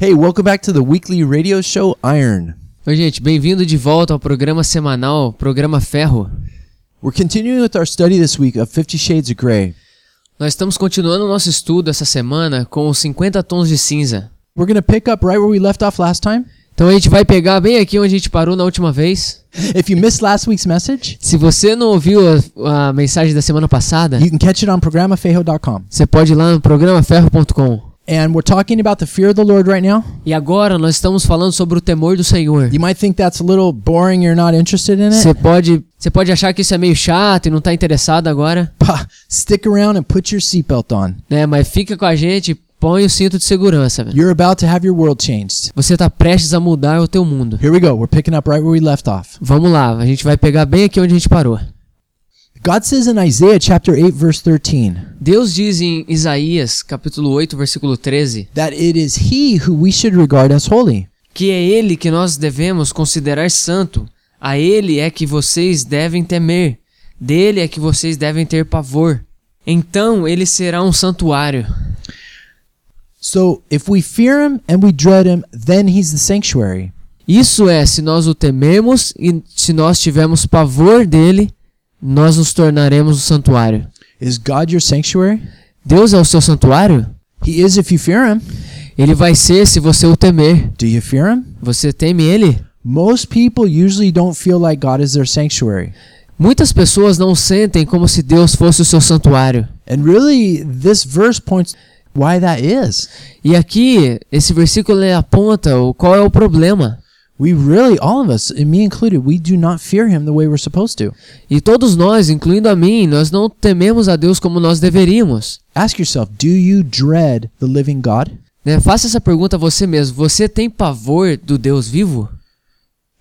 Hey, welcome back to the weekly radio show Iron. Oi, gente, bem-vindo de volta ao programa semanal, programa Ferro. We're continuing with our study this week of Fifty Shades of Grey. Nós estamos continuando o nosso estudo essa semana com os 50 tons de cinza. We're going to pick up right where we left off last time. Então a gente vai pegar bem aqui onde a gente parou na última vez. If you missed last week's message, Se você não ouviu a, a mensagem da semana passada, you can catch it on programafejo.com. você pode ir lá no programaferro.com. And we're talking about the fear of the Lord right now. E agora nós estamos falando sobre o temor do Senhor. You might think that's a little boring, you're not interested in it. Você pode, você pode achar que isso é meio chato e não está interessado agora, Bah, stick around and put your seatbelt on. né? Mas fica com a gente, põe o cinto de segurança, velho. You're about to have your world changed. Você tá prestes a mudar o teu mundo. Here we go. We're picking up right where we left off. Vamos lá, a gente vai pegar bem aqui onde a gente parou. God says in Isaiah chapter 8 verse 13 Deus diz em Isaías, capítulo 8, versículo 13, that it is he who we should regard as holy. que é ele que nós devemos considerar santo, a ele é que vocês devem temer, dele é que vocês devem ter pavor. Então ele será um santuário. So if we fear him and we dread him, then he's the sanctuary. Isso é, se nós o tememos e se nós tivermos pavor dele, nós nos tornaremos o santuário. Is God your sanctuary? Deus é o seu santuário? He is if you fear him. Ele vai ser se você o temer. Do you fear him? Você teme ele? Most people usually don't feel like God is their sanctuary. Muitas pessoas não sentem como se Deus fosse o seu santuário. And really, this verse points why that is. E aqui, esse versículo ele aponta o qual é o problema. We really, all of us, and me included, we do not fear him the way we're supposed to. E todos nós, incluindo a mim, nós não tememos a Deus como nós deveríamos. Ask yourself, do you dread the living God? Né? Faça essa pergunta a você mesmo. Você tem pavor do Deus vivo?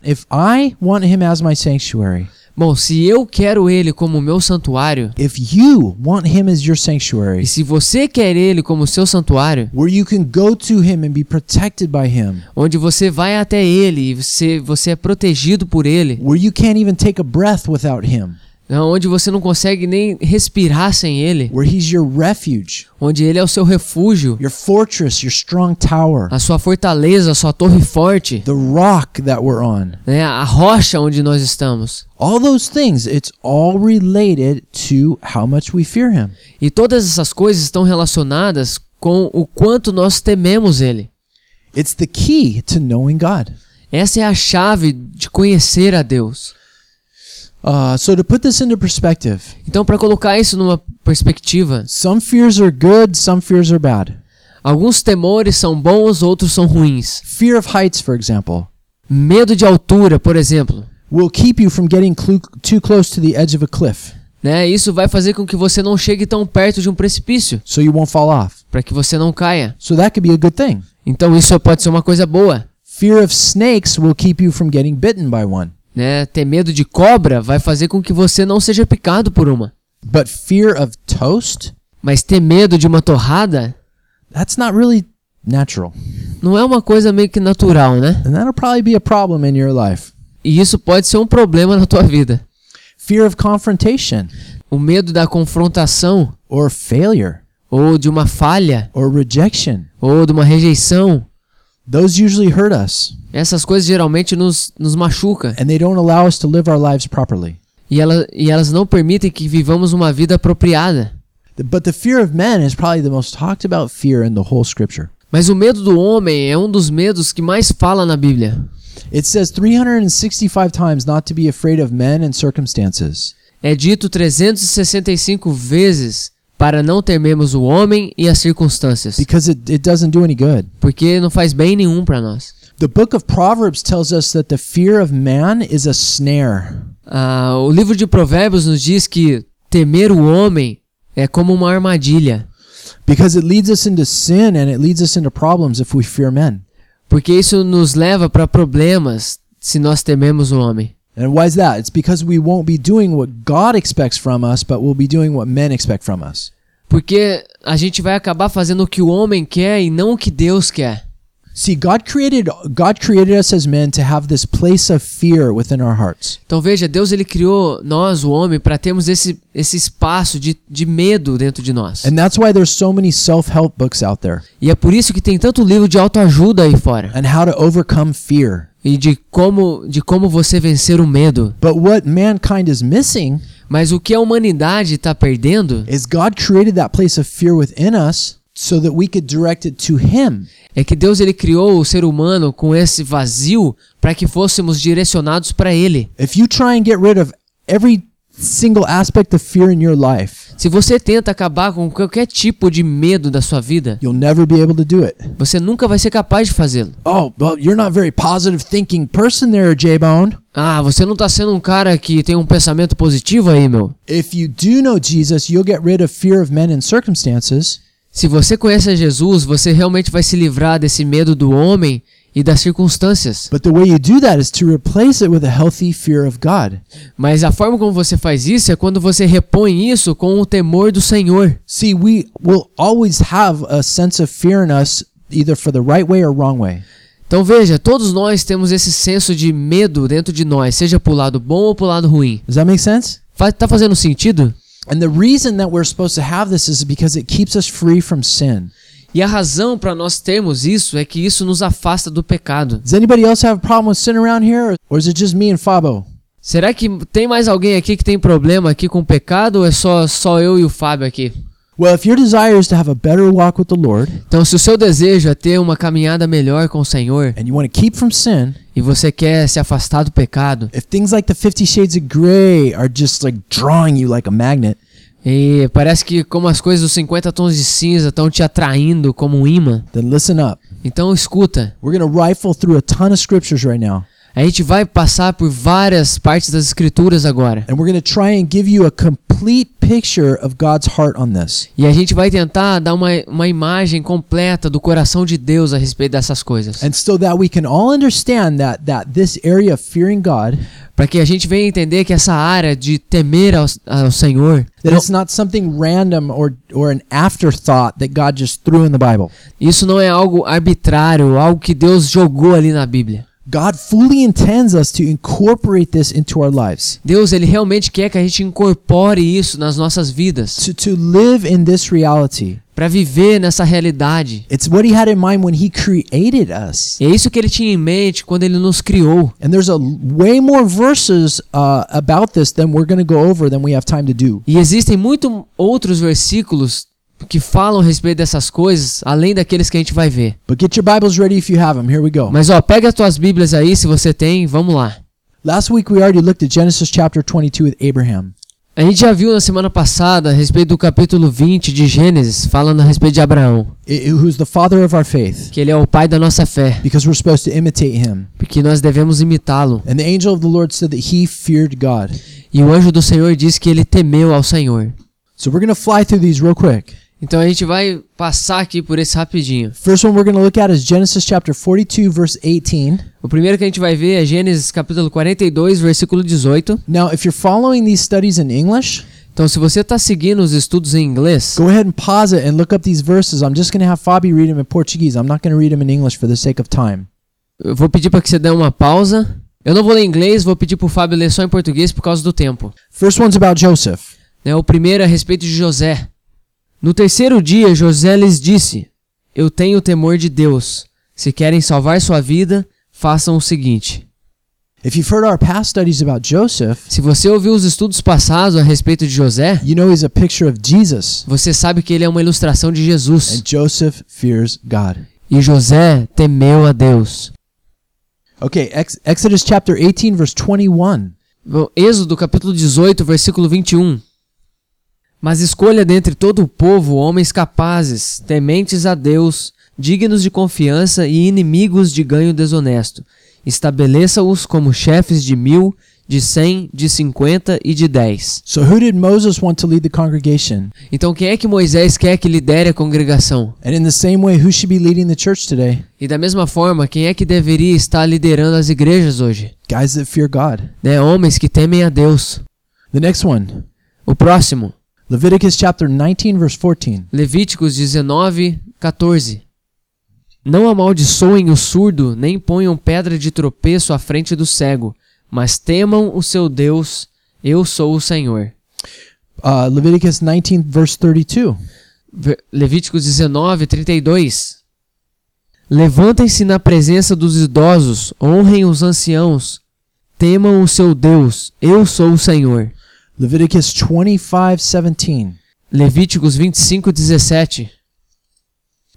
If I want him as my sanctuary, Bom, se eu quero Ele como meu santuário, if you want him as your e sanctuary, se você quer Ele como seu santuário, where you can go to him and be protected by him, onde você vai até Ele e você, você é protegido por Ele, where you can't even take a breath without him, né? onde você não consegue nem respirar sem Ele, where he's your refuge, onde Ele é o seu refúgio, your fortress, your strong tower, a sua fortaleza, a sua torre forte, the rock that we're on. né, a rocha onde nós estamos. All those things, it's all related to how much we fear him. E todas essas coisas estão relacionadas com o quanto nós tememos Ele. It's the key to knowing God. Essa é a chave de conhecer a Deus. Uh, so, to put this into perspective, Então, para colocar isso numa perspectiva, some fears are good, some fears are bad. alguns temores são bons, outros são ruins. Fear of heights, for example, Medo de altura, por exemplo, will keep you from getting clu- too close to the edge of a cliff né? Isso vai fazer com que você não chegue tão perto de um precipício, so you won't fall off. para que você não caia. So, that could be a good thing. Então, isso pode ser uma coisa boa, Fear of snakes will keep you from getting bitten by one. né? Ter medo de cobra vai fazer com que você não seja picado por uma. But fear of toast, Mas ter medo de uma torrada that's not really natural. não é uma coisa meio que natural, né? And that'll probably be a problem in your life. E isso pode ser um problema na tua vida. Fear of confrontation O medo da confrontação, or failure ou de uma falha, or rejection. ou de uma rejeição, Those usually hurt us essas coisas geralmente nos, nos machuca and they don't allow us to live our lives properly. e, ela, e elas não permitem que vivamos uma vida apropriada. The- But the fear of men is probably the most talked about fear in the whole scripture. Mas o medo do homem é um dos medos que mais fala na Bíblia. It says 365 times not to be afraid of men and circumstances. É dito 365 vezes para não tememos o homem e as circunstâncias, Because it, it doesn't do any good. porque não faz bem nenhum para nós. The book of Proverbs tells us that the fear of man is a snare. Ah, o livro de Provérbios nos diz que temer o homem é como uma armadilha, Because it leads us into sin and it leads us into problems if we fear men. porque isso nos leva para problemas se nós tememos o homem. And why is that? It's because we won't be doing what God expects from us, but we'll be doing what men expect from us. Porque a gente vai acabar fazendo o que o homem quer e não o que Deus quer. See, God created God created us as men to have this place of fear within our hearts. Então veja, Deus ele criou nós, o homem, para termos esse, esse espaço de, de medo dentro de nós. And that's why there's so many self-help books out there E é por isso que tem tanto livro de autoajuda aí fora. on how to overcome fear. E de como, de como você vencer o medo. But what mankind is missing Mas o que a humanidade está perdendo is God created that place of fear within us so that we could direct it to him. é que Deus ele criou o ser humano com esse vazio para que fôssemos direcionados para ele. If you try and get rid of every single aspect of fear in your life, Se você tenta acabar com qualquer tipo de medo da sua vida, you'll never be able to do it. você nunca vai ser capaz de fazê-lo. Oh, well, you're not a very positive thinking person there, J-Bone. Ah, você não tá sendo um cara que tem um pensamento positivo aí, meu. If you do know Jesus, you'll get rid of fear of men and circumstances. Se você conhece a Jesus, você realmente vai se livrar desse medo do homem e das circunstâncias. But the way you do that is to replace it with a healthy fear of God. Mas a forma como você faz isso é quando você repõe isso com o temor do Senhor. See, we will always have a sense of fear in us, either for the right way or wrong way. Então veja, todos nós temos esse senso de medo dentro de nós, seja pro lado bom ou pro lado ruim. Does that make sense? Fa- Tá fazendo sentido? And the reason that we're supposed to have this is because it keeps us free from sin. E a razão para nós termos isso é que isso nos afasta do pecado. Does anybody else have a problem with sin around here, or is it just me and Fabo? Será que tem mais alguém aqui que tem problema aqui com o pecado ou é só, só eu e o Fábio aqui? Well, if your desire is to have a better walk with the Lord Então, se o seu desejo é ter uma caminhada melhor com o Senhor and you want to keep from sin, e você quer se afastar do pecado, if things like the 50 shades of gray are just like drawing you like a magnet, e parece que como as coisas dos 50 tons de cinza estão te atraindo como um imã, then listen up. então escuta, We're going to rifle through a ton of scriptures right now. a gente vai passar por várias partes das escrituras agora. And we're going to try and give you a complete picture of God's heart on this. E a gente vai tentar dar uma, uma imagem completa do coração de Deus a respeito dessas coisas. And so that we can all understand that that this area of fearing God, Para que a gente venha entender que essa área de temer ao, ao Senhor, that não- it's not something random or or an afterthought that God just threw in the Bible. isso não é algo arbitrário, algo que Deus jogou ali na Bíblia. God fully intends us to incorporate this into our lives. Deus, ele realmente quer que a gente incorpore isso nas nossas vidas, To to live in this reality. para viver nessa realidade. It's what he had in mind when he created us. E é isso que ele tinha em mente quando ele nos criou. And there's a l- way more verses uh, about this than we're going to go over than we have time to do. E existem muito outros versículos que falam a respeito dessas coisas, além daqueles que a gente vai ver. But get your Bibles ready if you have them. Here we go. Mas ó, pega as tuas Bíblias aí se você tem, vamos lá. Last week we already looked at Genesis chapter 22 with Abraham. A gente já viu na semana passada a respeito do capítulo 20 de Gênesis, falando a respeito de Abraão, i- who's the father of our faith, que ele é o pai da nossa fé, because we're supposed to imitate him. que nós devemos imitá-lo. And the angel of the Lord said that he feared God. E o anjo do Senhor diz que ele temeu ao Senhor. So we're going to fly through these real quick. Então a gente vai passar aqui por esse rapidinho. First one we're going to look at is Genesis chapter 42, verse 18. O primeiro que a gente vai ver é Gênesis capítulo 42, versículo 18. Now, if you're following these studies in English, Então se você está seguindo os estudos em inglês, go ahead and pause it and look up these verses. I'm just going to have Fabi read them in Portuguese. I'm not going to read them in English for the sake of time. eu vou pedir para que você dê uma pausa. Eu não vou ler em inglês, vou pedir para o Fábio ler só em português por causa do tempo. First one's about Joseph. né, o primeiro a respeito de José. No terceiro dia, José lhes disse: Eu tenho temor de Deus. Se querem salvar sua vida, façam o seguinte. If you've heard our past studies about Joseph, Se você ouviu os estudos passados a respeito de José, you know he's a picture of Jesus. você sabe que ele é uma ilustração de Jesus. And Joseph fears God. E José temeu a Deus. Okay, Ex- Exodus chapter 18, verse 21. Bom, Êxodo capítulo 18, versículo 21. Mas escolha dentre todo o povo homens capazes, tementes a Deus, dignos de confiança e inimigos de ganho desonesto. Estabeleça-os como chefes de mil, de cem, de cinquenta e de dez. So, who did Moses want to lead the congregation? Então quem é que Moisés quer que lidere a congregação? And in the same way, who should be leading the church today? E da mesma forma, quem é que deveria estar liderando as igrejas hoje? Guys that fear God. Né? Homens que temem a Deus. The next one, O próximo, Leviticus chapter 19, verse 14. Levíticos 19, 14. Não amaldiçoem o surdo, nem ponham pedra de tropeço à frente do cego, mas temam o seu Deus, eu sou o Senhor. Uh, Leviticus 19, verse 32. Ver- Levíticos 19, 32. Levantem-se na presença dos idosos, honrem os anciãos, temam o seu Deus, eu sou o Senhor. Leviticus 25, 17. Levíticos 25, 17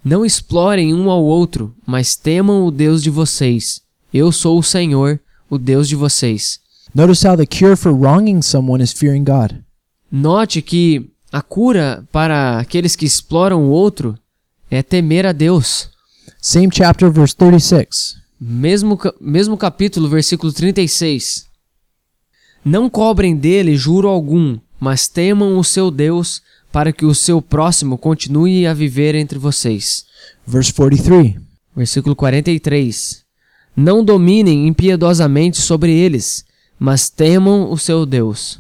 Não explorem um ao outro, mas temam o Deus de vocês. Eu sou o Senhor, o Deus de vocês. Notice how the cure for wronging someone is fearing God. Note que a cura para aqueles que exploram o outro é temer a Deus. Same chapter, verse 36. Mesmo, ca- mesmo capítulo, versículo 36. Não cobrem dele juro algum, mas temam o seu Deus, para que o seu próximo continue a viver entre vocês. Verse 43. Versículo 43. Não dominem impiedosamente sobre eles, mas temam o seu Deus.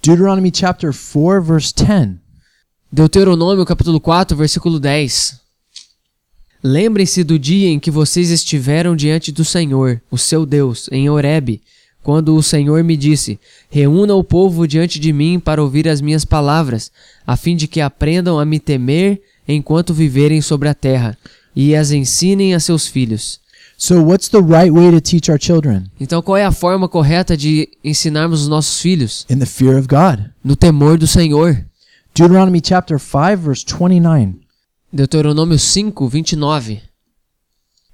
Deuteronomy chapter 4, verse 10. Deuteronômio capítulo 4, versículo 10. Lembrem-se do dia em que vocês estiveram diante do Senhor, o seu Deus, em Horebe, quando o Senhor me disse: Reúna o povo diante de mim para ouvir as minhas palavras, a fim de que aprendam a me temer enquanto viverem sobre a terra, e as ensinem a seus filhos. So, what's the right way to teach our children? Então, qual é a forma correta de ensinarmos os nossos filhos? In the fear of God. No temor do Senhor. Deuteronomy chapter 5, verse 29. Deuteronômio 5, 29.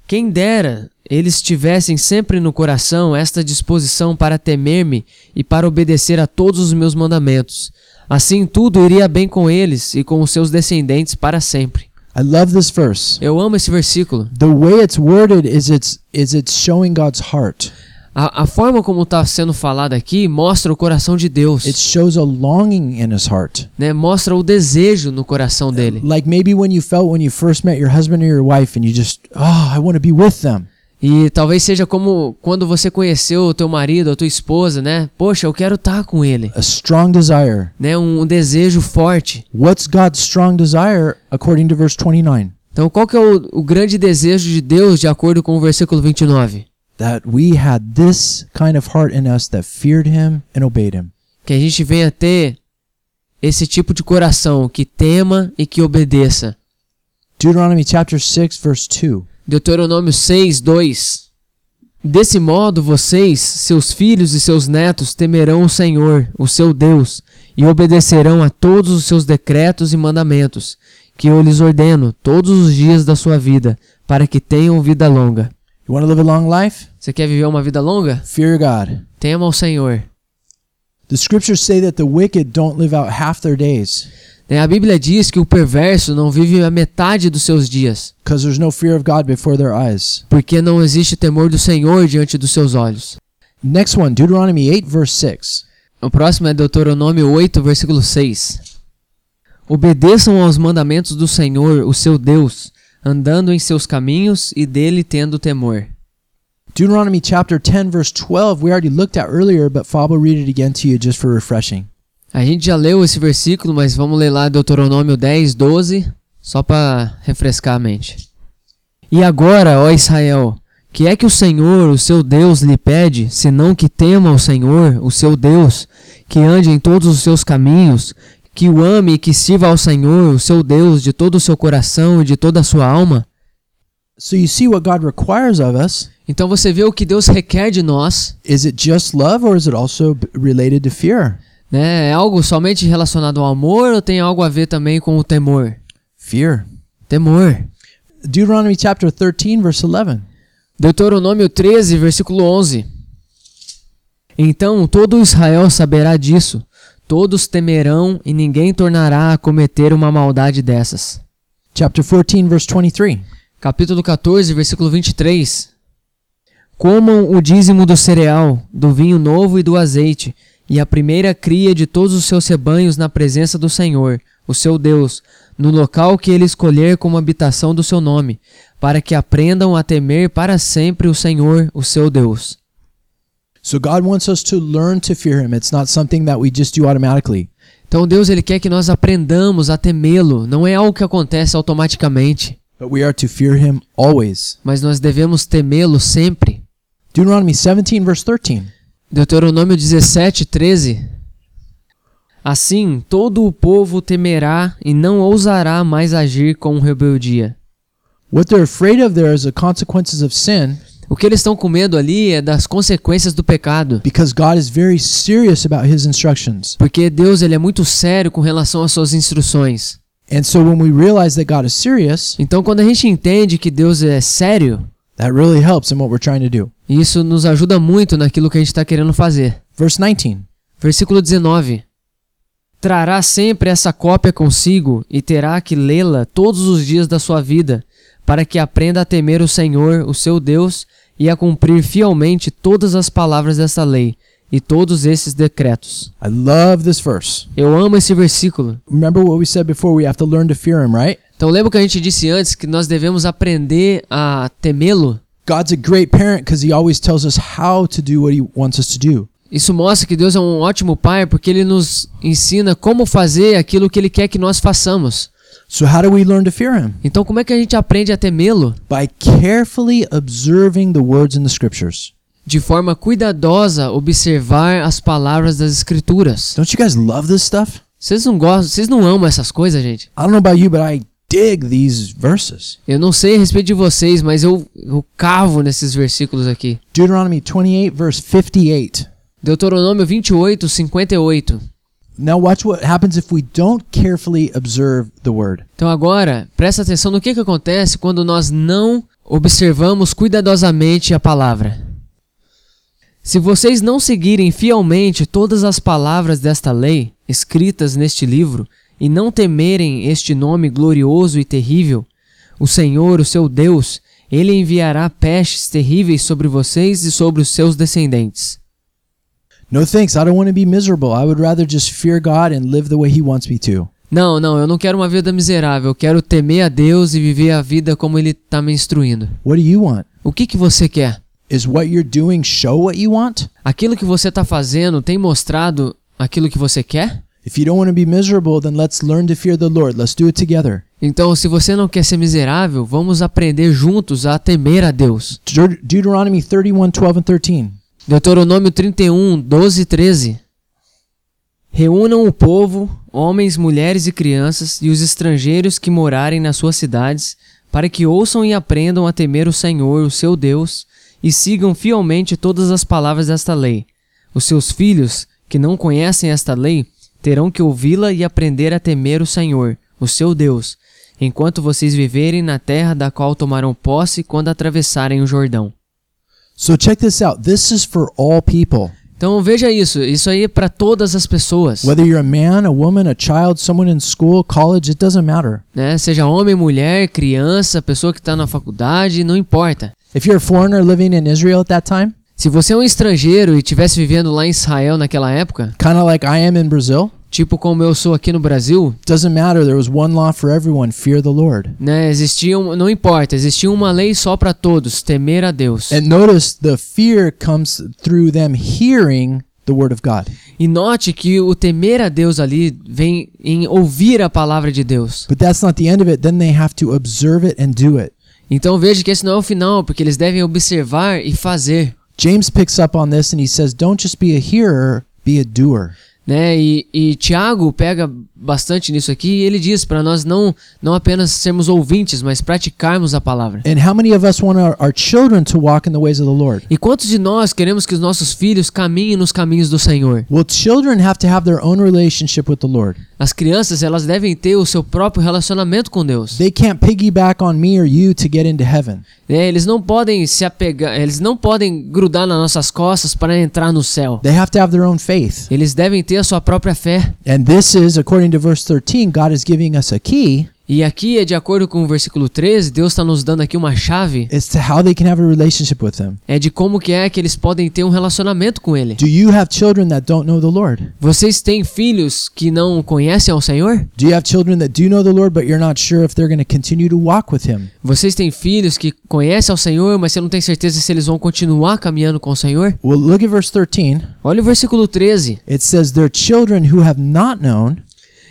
Quem dera eles tivessem sempre no coração esta disposição para temer-me e para obedecer a todos os meus mandamentos. Assim tudo iria bem com eles e com os seus descendentes para sempre. I love this verse. Eu amo esse versículo. The way it's worded is it's is it's showing God's heart. A, a forma como está sendo falado aqui mostra o coração de Deus, It shows a longing in his heart. né? mostra o desejo no coração dele. Like maybe when you felt when you first met your husband or your wife and you just, oh, I want to be with them. E talvez seja como quando você conheceu o teu marido, a tua esposa, né? Poxa, eu quero estar com ele, A strong desire. né? Um desejo forte. What's God's strong desire according to verse 29? Então, qual que é o, o grande desejo de Deus de acordo com o versículo 29? That we had this kind of heart in us that feared him and obeyed him. Que a gente venha ter esse tipo de coração que tema e que obedeça. Deuteronomy chapter 6 verse 2. Deuteronômio 6, 2. Desse modo, vocês, seus filhos e seus netos temerão o Senhor, o seu Deus, e obedecerão a todos os seus decretos e mandamentos, que eu lhes ordeno todos os dias da sua vida, para que tenham vida longa. You want to live a long life? Você quer viver uma vida longa? Fear God. Tema ao Senhor. The scriptures say that the wicked don't live out half their days Né, A Bíblia diz que o perverso não vive a metade dos seus dias, because there's no fear of God before their eyes. porque não existe temor do Senhor diante dos seus olhos. Next one, Deuteronomy 8 verse 6. O próximo é Deuteronômio 8, versículo 6. Obedeçam aos mandamentos do Senhor, o seu Deus, andando em seus caminhos e dele tendo temor. Deuteronomy chapter 10, verse 12, we already looked at earlier, but Fab will read it again to you just for refreshing. A gente já leu esse versículo, mas vamos ler lá Deuteronômio 10, 12, só para refrescar a mente. E agora, ó Israel, que é que o Senhor, o seu Deus, lhe pede, senão que tema ao Senhor, o seu Deus, que ande em todos os seus caminhos, que o ame e que sirva ao Senhor, o seu Deus, de todo o seu coração e de toda a sua alma? So you see what God requires of us. Então você vê o que Deus requer de nós, Is it just love or is it also b- related to fear? né? É algo somente relacionado ao amor ou tem algo a ver também com o temor? Fear. Temor. Deuteronomy chapter 13, verse 11. Deuteronômio 13, versículo 11. Então todo Israel saberá disso, todos temerão e ninguém tornará a cometer uma maldade dessas. Chapter 14, verse 23. Capítulo 14, versículo 23. Comam o dízimo do cereal, do vinho novo e do azeite, e a primeira cria de todos os seus rebanhos na presença do Senhor, o seu Deus, no local que ele escolher como habitação do seu nome, para que aprendam a temer para sempre o Senhor, o seu Deus. So God wants us to learn to fear Him. It's not something that we just do automatically. Então Deus ele quer que nós aprendamos a temê-lo, não é algo que acontece automaticamente. but we are to fear him always. mas nós devemos temê-lo sempre. Deuteronomy 17, verse 13. Deuteronômio 17, 13. Assim, todo o povo temerá e não ousará mais agir com rebeldia. What they're afraid of there is the consequences of sin O que eles estão com medo ali é das consequências do pecado, because God is very serious about his instructions. porque Deus ele é muito sério com relação às suas instruções. And so when we realize that God is serious, Então, quando a gente entende que Deus é sério, that really helps in what we're trying to do. isso nos ajuda muito naquilo que a gente está querendo fazer. Verse 19. Versículo 19: Trará sempre essa cópia consigo e terá que lê-la todos os dias da sua vida, para que aprenda a temer o Senhor, o seu Deus, e a cumprir fielmente todas as palavras dessa lei e todos esses decretos. I love this verse. Eu amo esse versículo. Remember what we said before, we have to learn to fear him, right? Então, lembra que a gente disse antes que nós devemos aprender a temê-lo? God's a great parent because he always tells us how to do what he wants us to do. Isso mostra que Deus é um ótimo pai porque ele nos ensina como fazer aquilo que ele quer que nós façamos. So how do we learn to fear him? Então, como é que a gente aprende a temê-lo? By carefully observing the words in the scriptures. de forma cuidadosa observar as palavras das escrituras. Don't you guys love this stuff? Vocês não gostam, vocês não amam essas coisas, gente? I don't know about you, but I dig these verses. Eu não sei a respeito de vocês, mas eu, eu cavo nesses versículos aqui. Deuteronomy 28, verse 58. Deuteronômio 28, 58. Now watch what happens if we don't carefully observe the word. Então agora, presta atenção no que, que acontece quando nós não observamos cuidadosamente a palavra. Se vocês não seguirem fielmente todas as palavras desta lei, escritas neste livro, e não temerem este nome glorioso e terrível, o Senhor, o seu Deus, ele enviará pestes terríveis sobre vocês e sobre os seus descendentes. No thanks, I don't want to be miserable. I would rather just fear God and live the way he wants me to. Não, não, eu não quero uma vida miserável, eu quero temer a Deus e viver a vida como ele está me instruindo. What do you want? O que, que você quer? Is what you're doing show what you want? Aquilo que você está fazendo tem mostrado aquilo que você quer? If you don't want to be miserable, then let's learn to fear the Lord. Let's do it together. Então, se você não quer ser miserável, vamos aprender juntos a temer a Deus. Deut- Deuteronomy 31, 12, and 13. Deuteronômio 31, 12 e 13. Reúnam o povo, homens, mulheres e crianças, e os estrangeiros que morarem nas suas cidades, para que ouçam e aprendam a temer o Senhor, o seu Deus, e sigam fielmente todas as palavras desta lei. Os seus filhos, que não conhecem esta lei, terão que ouvi-la e aprender a temer o Senhor, o seu Deus, enquanto vocês viverem na terra da qual tomarão posse quando atravessarem o Jordão. So check this out. This is for all people. Então veja isso, isso aí é para todas as pessoas, Whether you're a man, a woman, a child, someone in school, college, it doesn't matter. né? Seja homem, mulher, criança, pessoa que está na faculdade, não importa. If you're a foreigner living in Israel at that time, Se você é um estrangeiro e estivesse vivendo lá em Israel naquela época, kind of like I am in Brazil, tipo como eu sou aqui no Brasil, doesn't matter. There was one law for everyone fear the Lord. né? Existia, um- não importa, existia uma lei só para todos, temer a Deus. And notice the fear comes through them hearing the word of God. E note que o temer a Deus ali vem em ouvir a palavra de Deus. But that's not the end of it. Then they have to observe it and do it. Então veja que esse não é o final, porque eles devem observar e fazer. James picks up on this and he says, Don't just be a hearer, be a doer. né? E, e Tiago pega bastante nisso aqui e ele diz para nós não, não apenas sermos ouvintes, mas praticarmos a palavra. And how many of us want our, our children to walk in the ways of the Lord? E quantos de nós queremos que os nossos filhos caminhem nos caminhos do Senhor? Well, children have to have their own relationship with the Lord. As crianças, elas devem ter o seu próprio relacionamento com Deus. They can't piggyback on me or you to get into heaven. né? Eles não podem se apegar, eles não podem grudar nas nossas costas para entrar no céu. They have to have their own faith. Eles devem ter a sua própria fé. And this is, according to verse 13, God is giving us a key E aqui é de acordo com o versículo 13, Deus está nos dando aqui uma chave, as to how they can have a relationship with Him. é de como que é que eles podem ter um relacionamento com Ele. Do you have children that don't know the Lord? Vocês têm filhos que não conhecem ao Senhor? Do you have children that do know the Lord, but you're not sure if they're going to continue to walk with Him? Vocês têm filhos que conhecem ao Senhor, mas você não tem certeza se eles vão continuar caminhando com o Senhor? Well, look at verse 13. Olha o versículo 13. It says, Their children who have not known,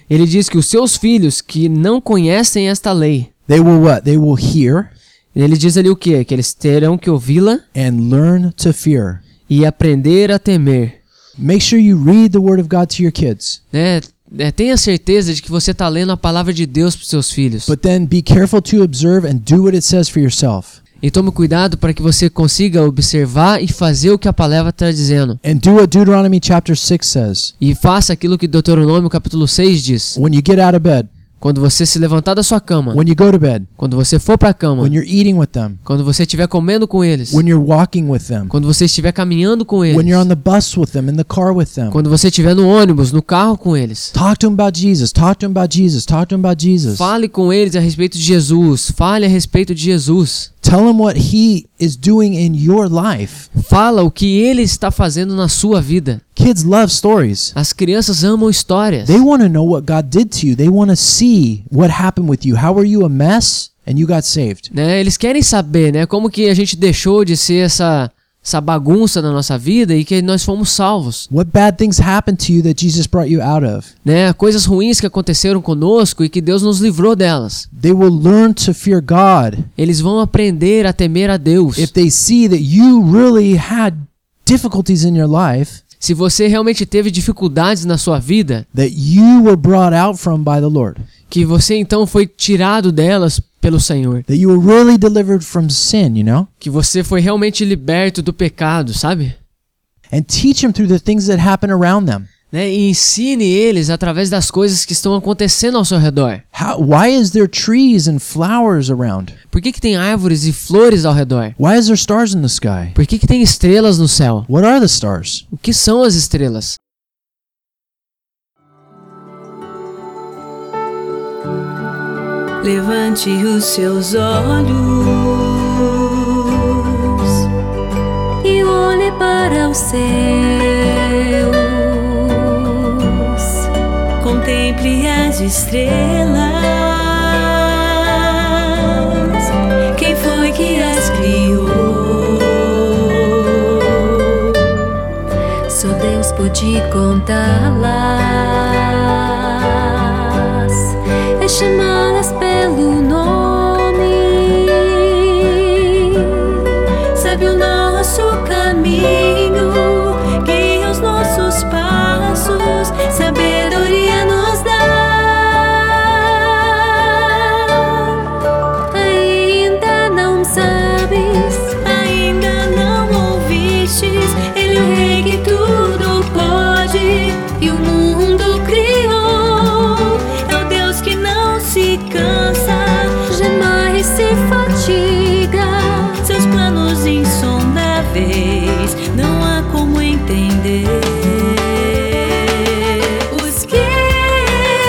Ele diz que os seus filhos que não conhecem esta lei, They will what? They will hear Ele diz ali o quê? Que eles terão que ouvi-la and learn to fear. e aprender a temer. Make sure you read the word of God to your kids, Né? É, tenha certeza de que você está lendo a palavra de Deus para seus filhos. but then be careful to observe and do what it says for yourself. E tome cuidado para que você consiga observar e fazer o que a palavra está dizendo. And do what Deuteronomy chapter 6 says. E faça aquilo que Deuteronômio capítulo 6 diz. When you get out of bed, Quando você se levantar da sua cama, when you go to bed, quando você for para a cama, when you're eating with them, quando você estiver comendo com eles, when you're walking with them, quando você estiver caminhando com eles, when you're on the bus with them, in the car with them. quando você estiver no ônibus, no carro com eles. Talk to them about Jesus. Talk to them about Jesus. Talk to them about Jesus. Fale com eles a respeito de Jesus. Fale a respeito de Jesus. Tell them what He is doing in your life. Fala o que ele está fazendo na sua vida. Kids love stories. As crianças amam histórias. They want to know what God did to you. They want to see what happened with you. How were you a mess and you got saved? Né? Eles querem saber, né? Como que a gente deixou de ser essa essa bagunça na nossa vida e que nós fomos salvos, What bad things happened to you that Jesus brought you out of? né? Coisas ruins que aconteceram conosco e que Deus nos livrou delas. They will learn to fear God Eles vão aprender a temer a Deus. if they see that you really had difficulties in your life Se você realmente teve dificuldades na sua vida, that you were brought out from by the Lord, que você então foi tirado delas pelo Senhor, that you were really delivered from sin, you know? que você foi realmente liberto do pecado, sabe? And teach them through the things that happen around them. Né? E ensine eles através das coisas que estão acontecendo ao seu redor. How, why is there trees and flowers around? Por que, que tem árvores e flores ao redor? Why is there stars in the sky? Por que, que tem estrelas no céu? What are the stars? O que são as estrelas? Levante os seus olhos e olhe para os seus. Contemple as estrelas. Quem foi que as criou? Só Deus pode contá-las e chamá-las É pelo nome. Sabe o nosso caminho, guia os nossos passos, sabedoria nos dá. Ainda não sabes, ainda não ouvistes, Ele é o rei que tudo pode e o mundo criou. É o Deus que não se cansa, jamais se fatiga. Seus planos insondáveis não há como entender. Os que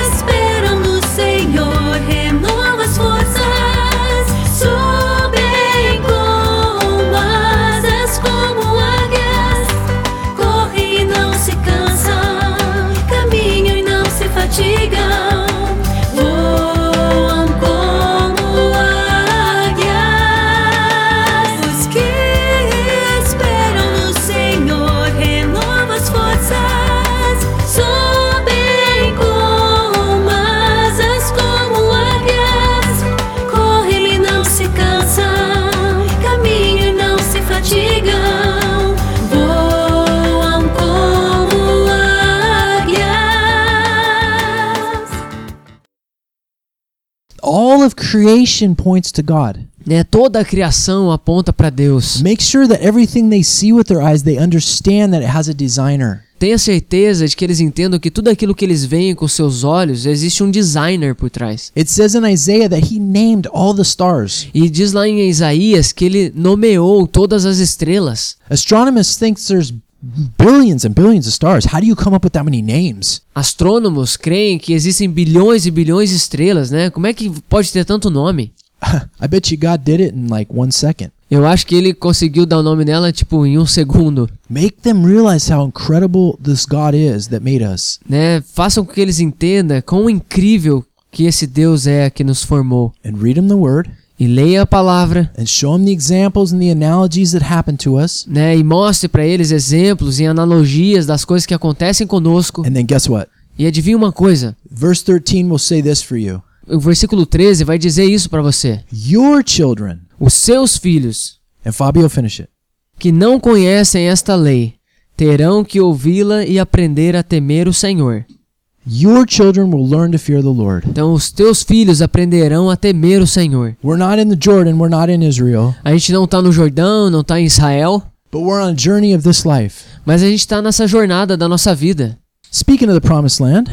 esperam no Senhor renovam as forças, sobem com asas como águias, correm e não se cansam, caminham e não se fatigam. Voam como águias. Os que esperam no Senhor renovam as forças, sobem com asas como águias, correm e não se cansam, caminham e não se fatigam, voam como águias. All of creation points to God. Né? Toda a criação aponta para Deus. Make sure that everything they see with their eyes, they understand that it has a designer. Tenha certeza de que eles entendam que tudo aquilo que eles veem com seus olhos existe um designer por trás. It says in Isaiah that he named all the stars. E diz lá em Isaías que ele nomeou todas as estrelas. Astronomers think there's billions and billions of stars. How do you come up with that many names? Astrônomos creem que existem bilhões e bilhões de estrelas, né? Como é que pode ter tanto nome? I bet you God did it in like one second. Eu acho que ele conseguiu dar o nome nela, tipo, em um segundo. Make them realize how incredible this God is that made us. Né? Façam com que eles entendam quão incrível que esse Deus é que nos formou. And read them the word E leia a palavra, and show them the examples and the analogies that happen to us. né? E mostre para eles exemplos e analogias das coisas que acontecem conosco. And then guess what? E adivinha uma coisa? Verse 13 will say this for you O versículo 13 vai dizer isso para você. Your children. Os seus filhos, And Fabio, finish it. que não conhecem esta lei, terão que ouvi-la e aprender a temer o Senhor. Your children will learn to fear the Lord. Então os teus filhos aprenderão a temer o Senhor. We're not in the Jordan, we're not in Israel, A gente não está no Jordão, não está em Israel, but we're on a journey of this life. mas a gente está nessa jornada da nossa vida. Speaking of the promised land,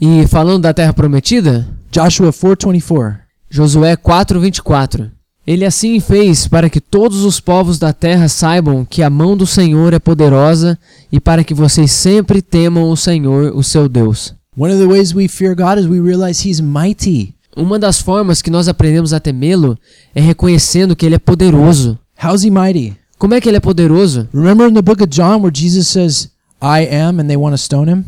E falando da Terra Prometida, Joshua 4:24. Josué 4:24. Ele assim fez para que todos os povos da terra saibam que a mão do Senhor é poderosa e para que vocês sempre temam o Senhor, o seu Deus. One of the ways we fear God is we realize he's mighty. Uma das formas que nós aprendemos a temê-lo é reconhecendo que ele é poderoso. How's he mighty? Como é que ele é poderoso? Remember in the book of John where Jesus says, "I am," and they want to stone him?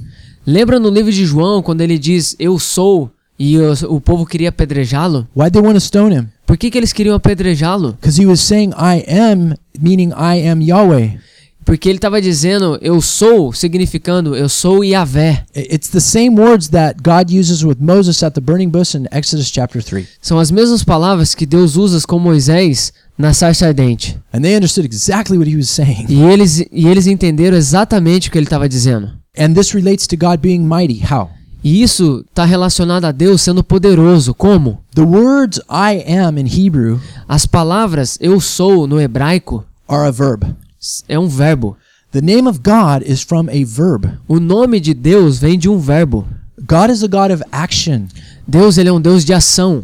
Lembra no livro de João quando ele diz eu sou e os- o povo queria apedrejá-lo? Why'd they want to stone him? Por que, que eles queriam apedrejá-lo? Because he was saying, I am, meaning I am Yahweh. Porque ele estava dizendo eu sou, significando eu sou Yahvé. I- It's the same words that God uses with Moses at the burning bush in Exodus chapter 3. São as mesmas palavras que Deus usa com Moisés na sarça ardente. And they understood exactly what he was saying. E eles, e eles entenderam exatamente o que ele estava dizendo. And this relates to God being mighty. How? E isso está relacionado a Deus sendo poderoso. Como? The words I am in Hebrew As palavras eu sou no hebraico are a verb. s- é um verbo. The name of God is from a verb. O nome de Deus vem de um verbo. God is a God of action. Deus ele é um Deus de ação.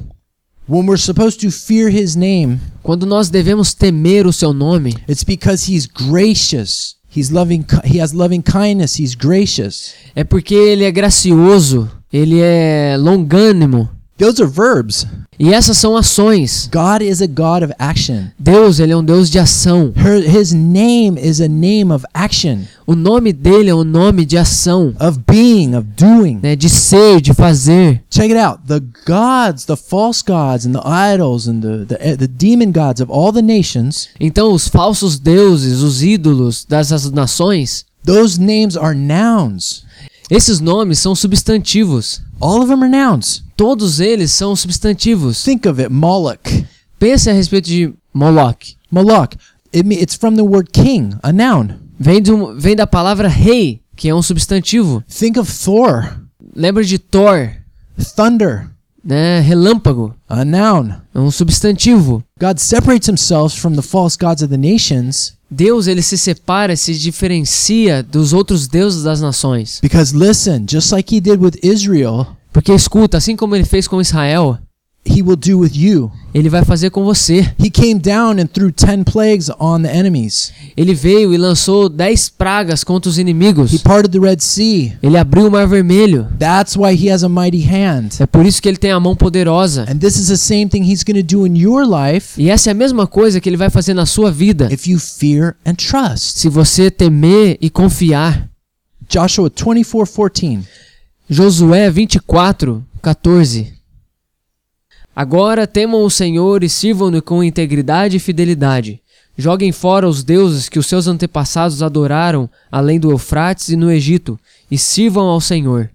When we're supposed to fear his name, Quando nós devemos temer o seu nome, it's because he's gracious. He's loving he has loving kindness, he's gracious. é porque ele é gracioso, ele é longânimo. Those are verbs. E essas são ações. God is a God of action. Deus ele é um Deus de ação. Her, his name is a name of action, O nome dele é um nome de ação, of being, of doing. né? De ser, de fazer. Check it out. The gods, the false gods, and the idols, and the, the, eh, the demon gods of all the nations, Então, os falsos deuses, os ídolos dessas nações, those names are nouns. esses nomes são substantivos. All of them are nouns. Todos eles são substantivos. Think of it Moloch. Pense a respeito de Moloch. Moloch. It, me- it's from the word king, a noun. Vem, de um- vem da palavra rei, que é um substantivo. Think of Thor, Lembra de Thor, thunder, né? Relâmpago, a noun. é um substantivo. God separates himself from the false gods of the nations Deus ele se separa, se diferencia dos outros deuses das nações. because, listen, just like he did with Israel, Porque escuta, assim como ele fez com Israel, he will do with you. ele vai fazer com você. He came down and threw 10 plagues on the enemies. Ele veio e lançou dez pragas contra os inimigos. He parted the Red Sea. Ele abriu o mar vermelho. That's why he has a mighty hand. É por isso que ele tem a mão poderosa. And this is the same thing he's going to do in your life E essa é a mesma coisa que ele vai fazer na sua vida. if you fear and trust. Se você temer e confiar. Joshua 24 14. Josué 24, 14. Agora temam o Senhor e sirvam-no com integridade e fidelidade. Joguem fora os deuses que os seus antepassados adoraram, além do Eufrates e no Egito, e sirvam ao Senhor.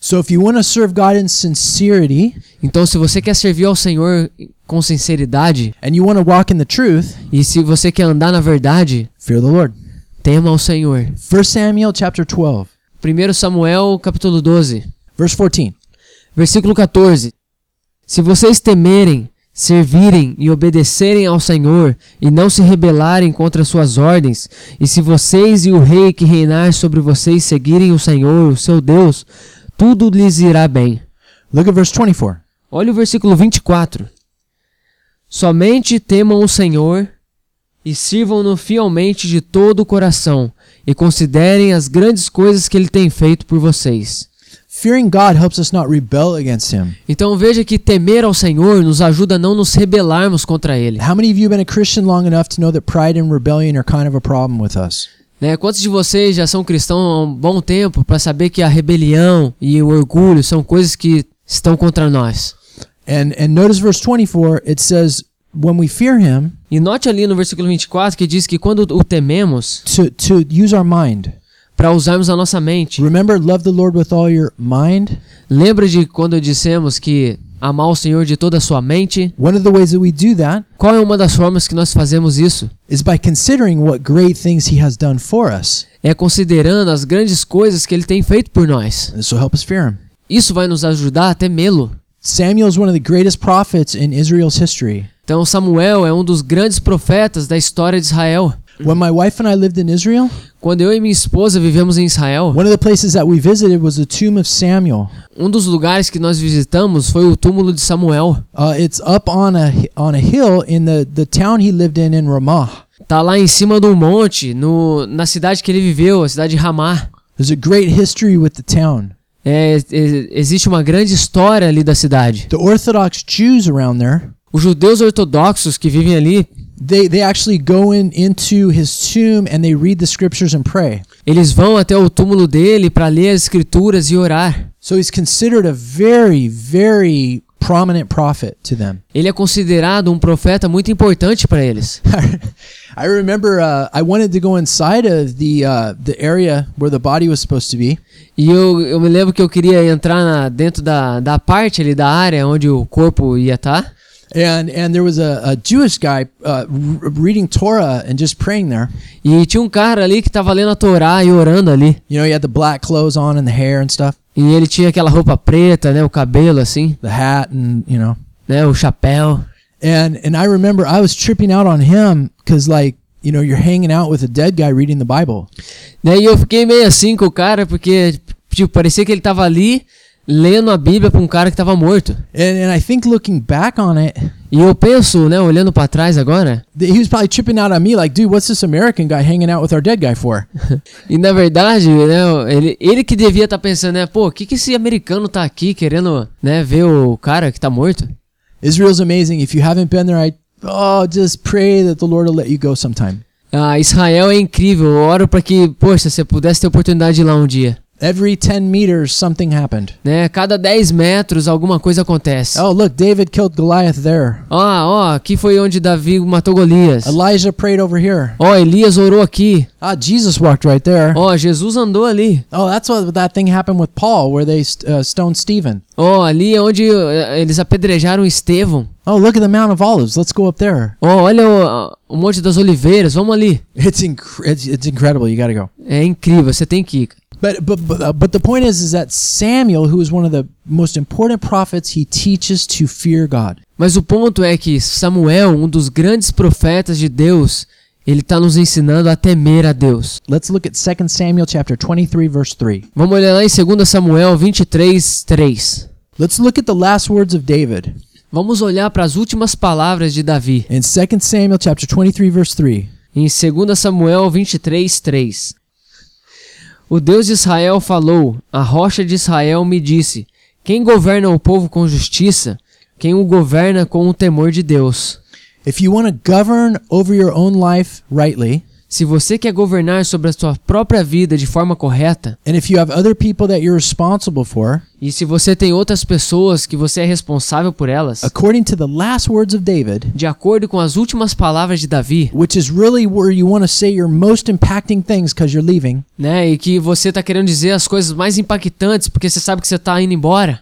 So if you want to serve God in sincerity Então, se você quer servir ao Senhor com sinceridade and you want to walk in the truth, e se você quer andar na verdade, fear the Lord. tema ao Senhor. 1 Samuel chapter 12, 1 Samuel, capítulo 12, verse 14. versículo 14. Se vocês temerem, servirem e obedecerem ao Senhor e não se rebelarem contra suas ordens, e se vocês e o rei que reinar sobre vocês seguirem o Senhor, o seu Deus, tudo lhes irá bem. Look at verse 24. Olha o versículo 24. Somente temam o Senhor e sirvam-no fielmente de todo o coração e considerem as grandes coisas que ele tem feito por vocês. Fearing God helps us not rebel against him. Então veja que temer ao Senhor nos ajuda a não nos rebelarmos contra ele. How many of you have been a Christian long enough to know that pride and rebellion are kind of a problem with us? Né? Quantos de vocês já são cristãos há um bom tempo para saber que a rebelião e o orgulho são coisas que estão contra nós? And and notice verse 24, it says when we fear him E note ali no versículo 24 que diz que quando o tememos, to to use our mind. para usarmos a nossa mente, Remember love the Lord with all your mind, Lembra de quando dissemos que Amar o Senhor de toda a sua mente. One of the ways that we do that Qual é uma das formas que nós fazemos isso? is by considering what great things He has done for us. É considerando as grandes coisas que ele tem feito por nós. This will help us fear Him. Isso vai nos ajudar a temê-lo. Samuel is one of the greatest prophets in Israel's history. Então Samuel é um dos grandes profetas da história de Israel. When my wife and I lived in Israel, Quando eu e minha esposa vivemos em Israel, one of the places that we visited was the tomb of Samuel. um dos lugares que nós visitamos foi o túmulo de Samuel. Uh, it's up on a on a hill in the, the town he lived in in Ramah. Tá lá em cima do monte, no, na cidade que ele viveu, a cidade de Ramá. There's a great history with the town. É, é, existe uma grande história ali da cidade. The Orthodox Jews around there, Os judeus ortodoxos que vivem ali, they they actually go in into his tomb and they read the scriptures and pray. eles vão até o túmulo dele para ler as escrituras e orar. So he's considered a very very prominent prophet to them. Ele é considerado um profeta muito importante para eles. I remember uh, I wanted to go inside of the uh, the area where the body was supposed to be, E eu, eu me lembro que eu queria entrar na- dentro da, da parte ali da área onde o corpo ia tá. estar. and and there was a, a Jewish guy uh, r- reading Torah and just praying there. E tinha um cara ali que tava lendo a Torá e orando ali. You know, he had the black clothes on and the hair and stuff, E ele tinha aquela roupa preta, né? O cabelo assim, the hat and you know. né? O chapéu. And and I remember I was tripping out on him because like you know you're hanging out with a dead guy reading the Bible. Né? E eu fiquei meio assim com o cara, porque, tipo, parecia que ele tava ali lendo a Bíblia pra um cara que tava morto. And, and I think looking back on it, E eu penso, né, olhando pra trás agora, that he was probably tripping out on me like, dude, what's this American guy hanging out with our dead guy for? e na verdade, né, ele, ele que devia estar pensando, né, pô, o que, que esse americano tá aqui querendo, né, ver o cara que tá morto? Israel's amazing. If you haven't been there, I oh just pray that the Lord will let you go sometime. Ah, Israel é incrível, eu oro pra que, poxa, se eu pudesse ter oportunidade de ir lá um dia. Every ten meters, something happened. Né, cada 10 metros alguma coisa acontece. Oh look, David killed Goliath there. Ó, ó, aqui foi onde Davi matou Golias. Elijah prayed over here. Ó, Elias orou aqui. Ah, Jesus walked right there. Ó, Jesus andou ali. Oh, that's what that thing happened with Paul, where they st- uh, stoned Stephen. Ó, ali é onde eh, eles apedrejaram Estevão. Oh, look at the Mount of Olives. Let's go up there. Ó, olha o, o Monte das Oliveiras, vamos ali. It's inc- it's, it's incredible. You got to go. É incrível, você tem que ir. But but but, uh, but the point is, is that Samuel, who is one of the most important prophets, he teaches to fear God. Mas o ponto é que Samuel, um dos grandes profetas de Deus, ele está nos ensinando a temer a Deus. Let's look at 2 Samuel chapter 23, verse 3. Vamos olhar lá em 2 Samuel 23, 3. Let's look at the last words of David Vamos olhar para as últimas palavras de Davi. in 2 Samuel chapter 23, verse 3. Em 2 Samuel 23, 3 O Deus de Israel falou, a rocha de Israel me disse: Quem governa o povo com justiça, quem o governa com o temor de Deus. If you want to govern over your own life rightly, Se você quer governar sobre a sua própria vida de forma correta, and if you have other people that you're responsible for, e se você tem outras pessoas que você é responsável por elas, according to the last words of David, de acordo com as últimas palavras de Davi, which is really where you want to say your most impacting things because you're leaving, né, e que você está querendo dizer as coisas mais impactantes porque você sabe que você está indo embora,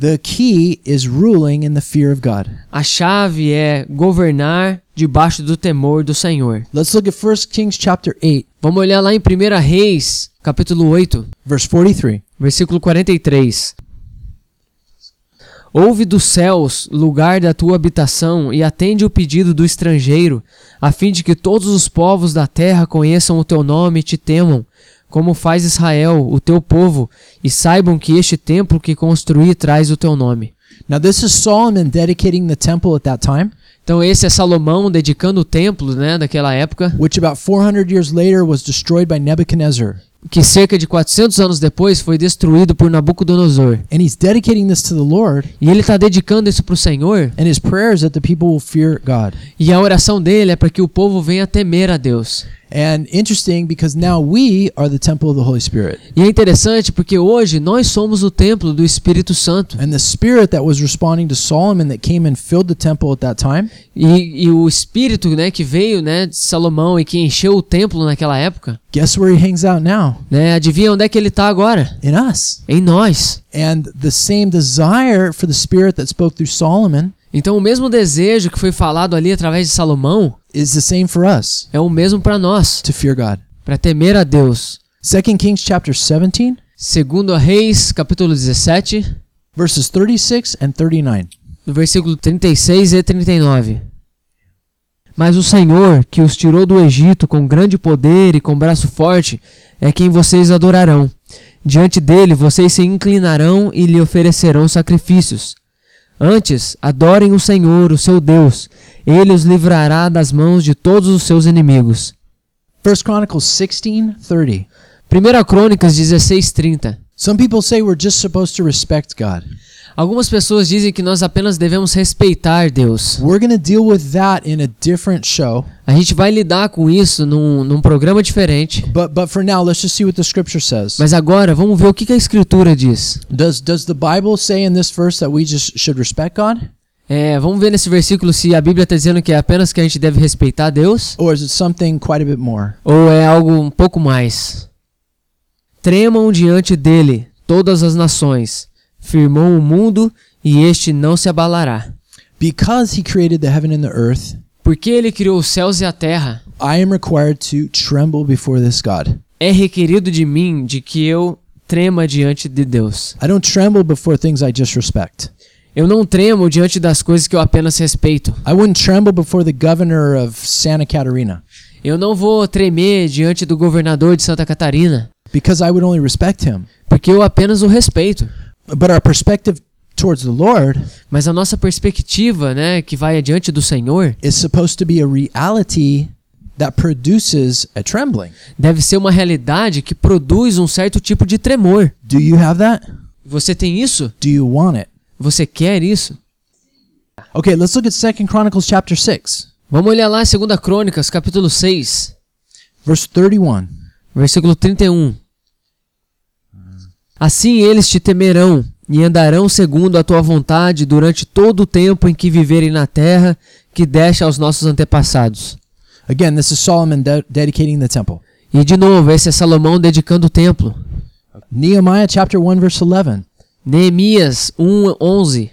the key is ruling in the fear of God. A chave é governar debaixo do temor do Senhor. Let's look at 1 Kings chapter 8, Vamos olhar lá em 1 Reis, capítulo 8, verse 43. versículo 43. Ouve dos céus, lugar da tua habitação, e atende o pedido do estrangeiro, a fim de que todos os povos da terra conheçam o teu nome e te temam, como faz Israel, o teu povo, e saibam que este templo que construí traz o teu nome. Now this is Solomon dedicating the temple at that time, Então esse é Salomão dedicando o templo, né, daquela época. which about 400 years later was destroyed by Nebuchadnezzar. que cerca de 400 anos depois foi destruído por Nabucodonosor. And he's dedicating this to the Lord, E ele está dedicando isso para o Senhor, and his prayer is that the people will fear God. e a oração dele é para que o povo venha temer a Deus. And interesting because now we are the temple of the Holy Spirit. E é interessante porque hoje nós somos o templo do Espírito Santo. And the spirit that was responding to Solomon that came and filled the temple at that time E, e o Espírito né, que veio né, de Salomão e que encheu o templo naquela época, Guess where he hangs out now? now? Né? Adivinha onde é que ele está agora? In us. Em nós. And the same desire for the Spirit that spoke through Solomon Então, o mesmo desejo que foi falado ali através de Salomão is the same for us é o mesmo para nós, to fear God. para temer a Deus. 2 Kings chapter 17, Segundo a Reis, capítulo 17, verses 36 and 39. do versículo 36 e 39. Mas o Senhor, que os tirou do Egito com grande poder e com braço forte, é quem vocês adorarão. Diante dele vocês se inclinarão e lhe oferecerão sacrifícios. Antes, adorem o Senhor, o seu Deus. Ele os livrará das mãos de todos os seus inimigos. 1 Chronicles 16, 30. 1 Crônicas 16:30. Some people say we're just supposed to respect God. Algumas pessoas dizem que nós apenas devemos respeitar Deus. We're going to deal with that in a different show. A gente vai lidar com isso num, num programa diferente. But but for now, let's just see what the scripture says. Mas agora vamos ver o que, que a escritura diz. Does does the Bible say in this verse that we just should respect God? É, vamos ver nesse versículo se a Bíblia está dizendo que é apenas que a gente deve respeitar Deus Or is it something quite a bit more? ou é algo um pouco mais. Tremam diante dele todas as nações, firmou o mundo e este não se abalará. Because he created the heaven and the earth, Porque ele criou os céus e a terra, I am required to tremble before this God. é requerido de mim de que eu trema diante de Deus. I don't tremble before things I just respect. Eu não tremo diante das coisas que eu apenas respeito. I wouldn't tremble before the governor of Santa Catarina Eu não vou tremer diante do governador de Santa Catarina, because I would only respect him. porque eu apenas o respeito. But our perspective towards the Lord Mas a nossa perspectiva, né, que vai adiante do Senhor, is supposed to be a reality that produces a trembling. deve ser uma realidade que produz um certo tipo de tremor. Do you have that? Você tem isso? Do you want it? Você quer isso? Okay, let's look at 2 Chronicles chapter 6, Vamos olhar lá 2 Crônicas, capítulo 6, verse 31. versículo 31. Assim eles te temerão e andarão segundo a tua vontade durante todo o tempo em que viverem na terra que deste aos nossos antepassados. Again, this is Solomon de- dedicating the temple. E de novo, esse é Salomão dedicando o templo. Nehemiah chapter 1 verse 11. Neemias 1:11.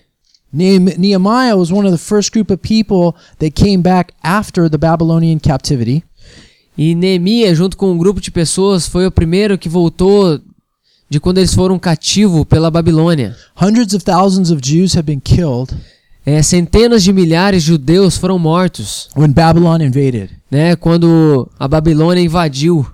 Nehem- Nehemiah was one of the first group of people that came back after the Babylonian captivity. E Neemias, junto com um grupo de pessoas, foi o primeiro que voltou de quando eles foram cativo pela Babilônia. Hundreds of thousands of Jews have been killed É, centenas de milhares de judeus foram mortos, when Babylon invaded. né, quando a Babilônia invadiu.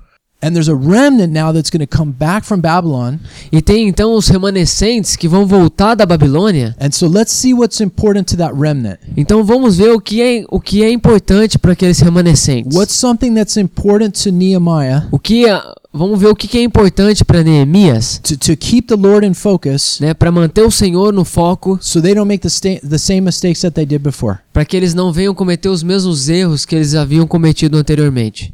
And there's a remnant now that's going to come back from Babylon. E tem então os remanescentes que vão voltar da Babilônia. And so let's see what's important to that remnant. Então vamos ver o que é, o que é importante para aqueles remanescentes. What's something that's important to Nehemiah O que é- vamos ver o que que é importante para Neemias, to, to keep the Lord in focus né, para manter o Senhor no foco so they don't make the, sta- the same mistakes that they did before? para que eles não venham cometer os mesmos erros que eles haviam cometido anteriormente.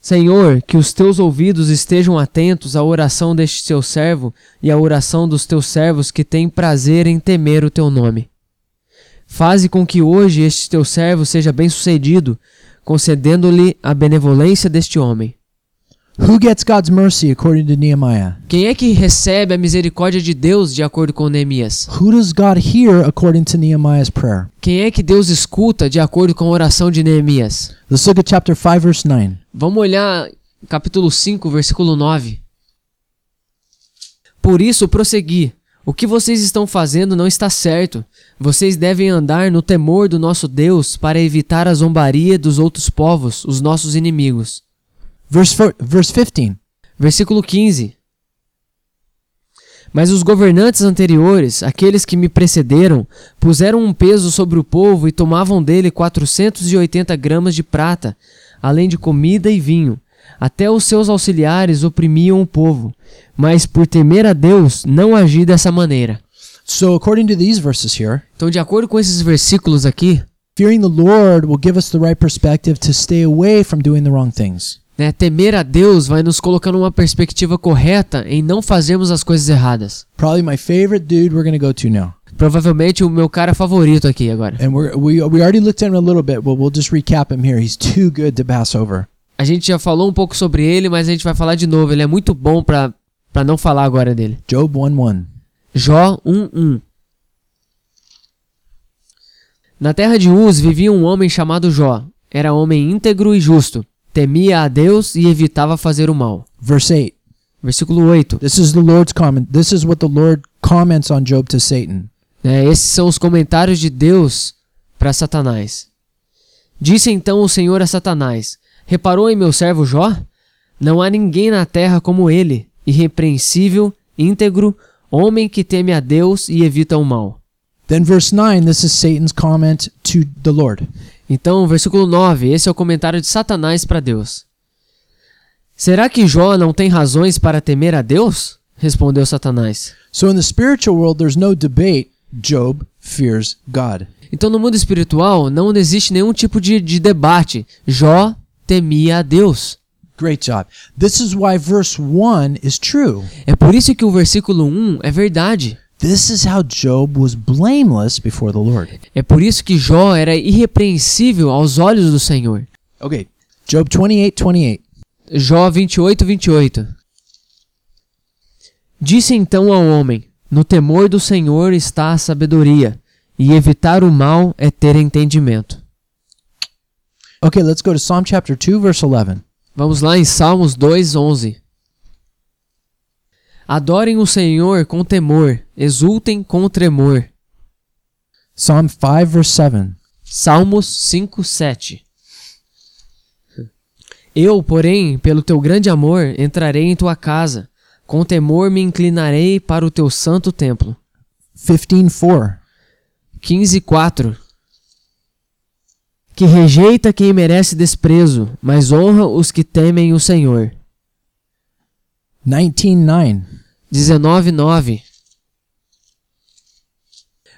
Senhor, que os teus ouvidos estejam atentos à oração deste teu servo e à oração dos teus servos que têm prazer em temer o teu nome. Faze com que hoje este teu servo seja bem-sucedido, concedendo-lhe a benevolência deste homem. Who gets God's mercy according to Nehemiah? Quem é que recebe a misericórdia de Deus de acordo com Neemias? Who does God hear according to Nehemiah's prayer? Quem é que Deus escuta de acordo com a oração de Neemias? Let's look at chapter 5, verse 9. Vamos olhar capítulo 5, versículo 9. Por isso prossegui. O que vocês estão fazendo não está certo. Vocês devem andar no temor do nosso Deus para evitar a zombaria dos outros povos, os nossos inimigos. Verse, four, verse 15. Versículo 15. Mas os governantes anteriores, aqueles que me precederam, puseram um peso sobre o povo e tomavam dele 480 gramas de prata, além de comida e vinho. Até os seus auxiliares oprimiam o povo, mas por temer a Deus não agi dessa maneira. So, according to these verses here, Então, de acordo com esses versículos aqui, fearing the Lord will give us the right perspective to stay away from doing the wrong things. né, temer a Deus vai nos colocando uma perspectiva correta em não fazermos as coisas erradas. Probably my favorite dude we're going to go to now. Provavelmente o meu cara favorito aqui agora. And we're, we, we already looked at him a little bit, but we'll just recap him here. He's too good to pass over. A gente já falou um pouco sobre ele, mas a gente vai falar de novo. Ele é muito bom pra, pra não falar agora dele. Job 1:1. Jó 1:1. Na terra de Uz vivia um homem chamado Jó. Era homem íntegro e justo. Temia a Deus e evitava fazer o mal. Verse 8. Versículo 8. This is the Lord's comment. This is what the Lord comments on Job to Satan. né, esses são os comentários de Deus para Satanás. Disse então o Senhor a Satanás: Reparou em meu servo Jó? Não há ninguém na terra como ele, irrepreensível, íntegro, homem que teme a Deus e evita o mal. Then verse 9, this is Satan's comment to the Lord. Então, versículo 9, esse é o comentário de Satanás para Deus. Será que Jó não tem razões para temer a Deus? Respondeu Satanás. So in the spiritual world there's no debate Job fears God. Então, no mundo espiritual, não existe nenhum tipo de, de debate. Jó temia a Deus. Great job. This is why verse 1 is true. É por isso que o versículo 1 é verdade. This is how Job was blameless before the Lord. É por isso que Jó era irrepreensível aos olhos do Senhor. Okay. Job 28 28. Jó 28, 28. Disse então ao homem: No temor do Senhor está a sabedoria, e evitar o mal é ter entendimento. Okay, let's go to Psalm chapter 2 verse 11. Vamos lá em Salmos 2:11. Adorem o Senhor com temor, exultem com tremor. Psalm 5 verse 7. Salmos 5, 7 Eu, porém, pelo teu grande amor, entrarei em tua casa. Com temor me inclinarei para o teu santo templo. 15 4. 15, 4 Que rejeita quem merece desprezo, mas honra os que temem o Senhor. 19 9. 19, 9